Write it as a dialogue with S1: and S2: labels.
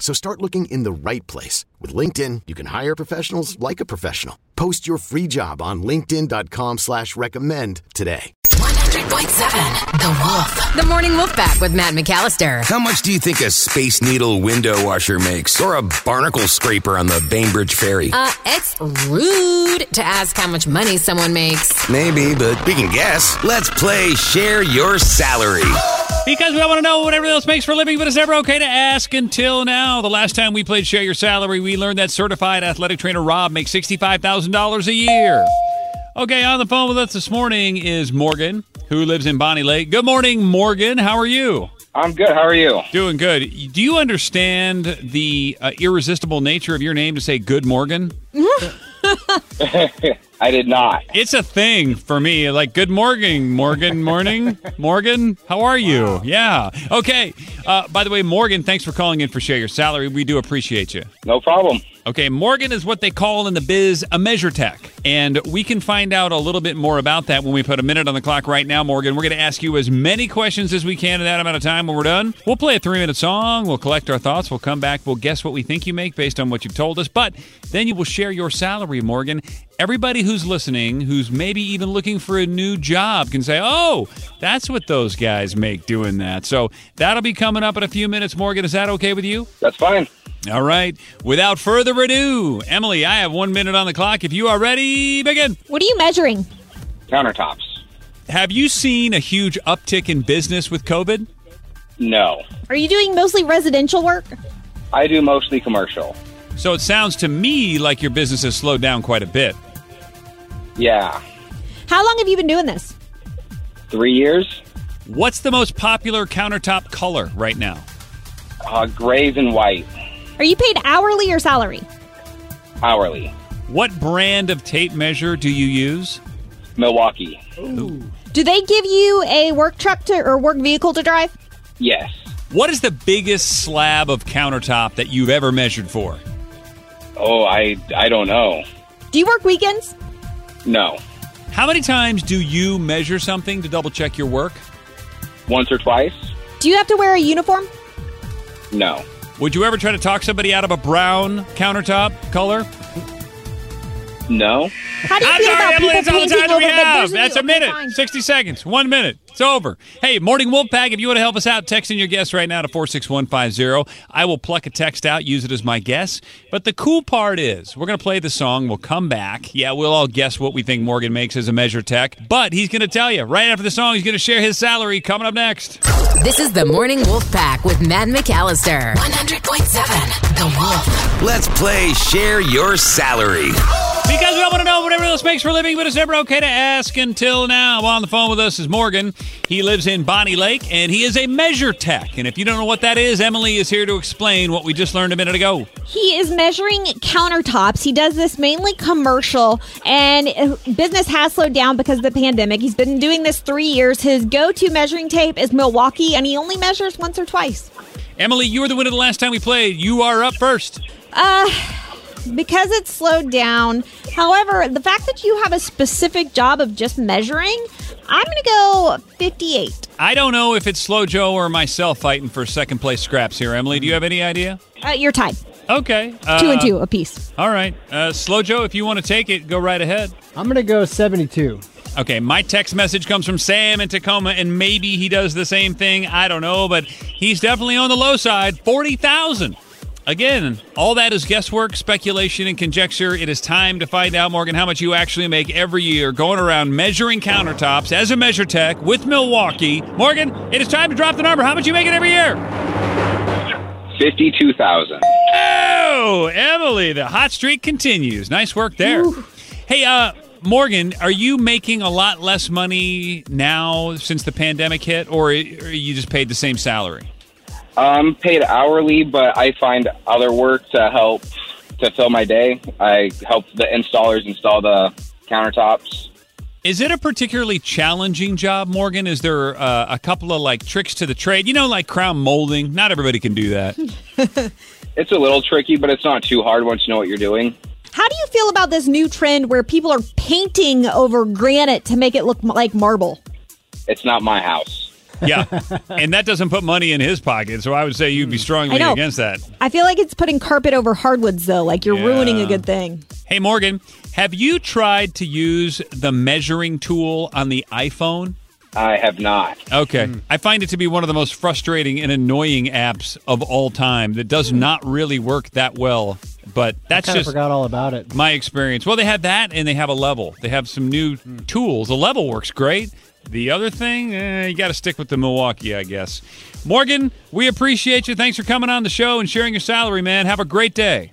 S1: So start looking in the right place. With LinkedIn, you can hire professionals like a professional. Post your free job on linkedin.com slash recommend today.
S2: 100.7 The Wolf. The Morning Wolf Pack with Matt McAllister.
S3: How much do you think a Space Needle window washer makes? Or a barnacle scraper on the Bainbridge Ferry?
S2: Uh, it's rude to ask how much money someone makes.
S3: Maybe, but we can guess. Let's play Share Your Salary.
S4: Because we all want to know what everyone else makes for a living, but it's never okay to ask until now. The last time we played Share Your Salary, we learned that certified athletic trainer Rob makes $65,000 a year. Okay, on the phone with us this morning is Morgan, who lives in Bonnie Lake. Good morning, Morgan. How are you?
S5: I'm good. How are you?
S4: Doing good. Do you understand the uh, irresistible nature of your name to say good Morgan?
S5: I did not.
S4: It's a thing for me. Like, good morning, Morgan. Morning, Morgan. How are you? Yeah. Okay. Uh, by the way, Morgan, thanks for calling in for Share Your Salary. We do appreciate you.
S5: No problem.
S4: Okay, Morgan is what they call in the biz a measure tech. And we can find out a little bit more about that when we put a minute on the clock right now, Morgan. We're going to ask you as many questions as we can in that amount of time when we're done. We'll play a three minute song. We'll collect our thoughts. We'll come back. We'll guess what we think you make based on what you've told us. But then you will share your salary, Morgan. Everybody who's listening, who's maybe even looking for a new job, can say, oh, that's what those guys make doing that. So that'll be coming up in a few minutes, Morgan. Is that okay with you?
S5: That's fine.
S4: All right. Without further ado, Emily, I have one minute on the clock. If you are ready, begin.
S6: What are you measuring?
S5: Countertops.
S4: Have you seen a huge uptick in business with COVID?
S5: No.
S6: Are you doing mostly residential work?
S5: I do mostly commercial.
S4: So it sounds to me like your business has slowed down quite a bit.
S5: Yeah.
S6: How long have you been doing this?
S5: Three years.
S4: What's the most popular countertop color right now?
S5: Uh, grays and white.
S6: Are you paid hourly or salary?
S5: Hourly.
S4: What brand of tape measure do you use?
S5: Milwaukee.
S6: Do they give you a work truck to or work vehicle to drive?
S5: Yes.
S4: What is the biggest slab of countertop that you've ever measured for?
S5: Oh, I I don't know.
S6: Do you work weekends?
S5: No.
S4: How many times do you measure something to double check your work?
S5: Once or twice.
S6: Do you have to wear a uniform?
S5: No.
S4: Would you ever try to talk somebody out of a brown countertop color?
S5: No.
S6: How do you
S4: I'm
S6: feel
S4: sorry,
S6: about
S4: Emily, that's
S6: people
S4: all the
S6: painting
S4: time
S6: over
S4: we
S6: the
S4: have.
S6: vision?
S4: That's a minute, 60 seconds, one minute. It's over. Hey, Morning Wolfpack, if you want to help us out, text in your guess right now to 46150. I will pluck a text out, use it as my guess. But the cool part is, we're going to play the song. We'll come back. Yeah, we'll all guess what we think Morgan makes as a measure tech. But he's going to tell you right after the song, he's going to share his salary coming up next.
S2: This is the Morning Wolf Pack with Matt McAllister. 100.7 The Wolf.
S3: Let's play Share Your Salary.
S4: Because we all want to know what everyone else makes for a living, but it's never okay to ask until now. On the phone with us is Morgan. He lives in Bonnie Lake, and he is a measure tech. And if you don't know what that is, Emily is here to explain what we just learned a minute ago.
S6: He is measuring countertops. He does this mainly commercial, and uh, business has slowed down because of the pandemic. He's been doing this three years. His go to measuring tape is Milwaukee, and he only measures once or twice.
S4: Emily, you were the winner the last time we played. You are up first.
S6: Uh, because it's slowed down. However, the fact that you have a specific job of just measuring, I'm going to go 58.
S4: I don't know if it's Slow Joe or myself fighting for second place scraps here. Emily, do you have any idea?
S6: Uh, you're tied.
S4: Okay. Uh,
S6: Two and two apiece.
S4: All right. Uh, Slow Joe, if you want to take it, go right ahead.
S7: I'm gonna go 72.
S4: Okay, my text message comes from Sam in Tacoma, and maybe he does the same thing. I don't know, but he's definitely on the low side. Forty thousand. Again, all that is guesswork, speculation, and conjecture. It is time to find out, Morgan, how much you actually make every year going around measuring countertops as a measure tech with Milwaukee. Morgan, it is time to drop the number. How much you making every year?
S5: 52,000.
S4: Oh, Emily, the hot streak continues. Nice work there. Hey, uh, Morgan, are you making a lot less money now since the pandemic hit, or are you just paid the same salary?
S5: I'm paid hourly, but I find other work to help to fill my day. I help the installers install the countertops.
S4: Is it a particularly challenging job, Morgan? Is there uh, a couple of like tricks to the trade? You know, like crown molding. Not everybody can do that.
S5: It's a little tricky, but it's not too hard once you know what you're doing.
S6: How do you feel about this new trend where people are painting over granite to make it look m- like marble?
S5: It's not my house.
S4: yeah, and that doesn't put money in his pocket. So I would say you'd be strongly
S6: Hmm. I know.
S4: against that.
S6: I feel like it's putting carpet over hardwoods, though. Like you're ruining a good thing.
S4: Hey, Morgan, have you tried to use the measuring tool on the iPhone?
S5: I have not.
S4: Okay. I find it to be one of the most frustrating and annoying apps of all time that does not really work that well. But that's
S7: Kind of
S4: just
S7: forgot all about it.
S4: my experience. Well, they have that and they have a level. They have some new tools. The level works great. The other thing, eh, you got to stick with the Milwaukee, I guess. Morgan, we appreciate you. Thanks for coming on the show and sharing your salary, man. Have a great day.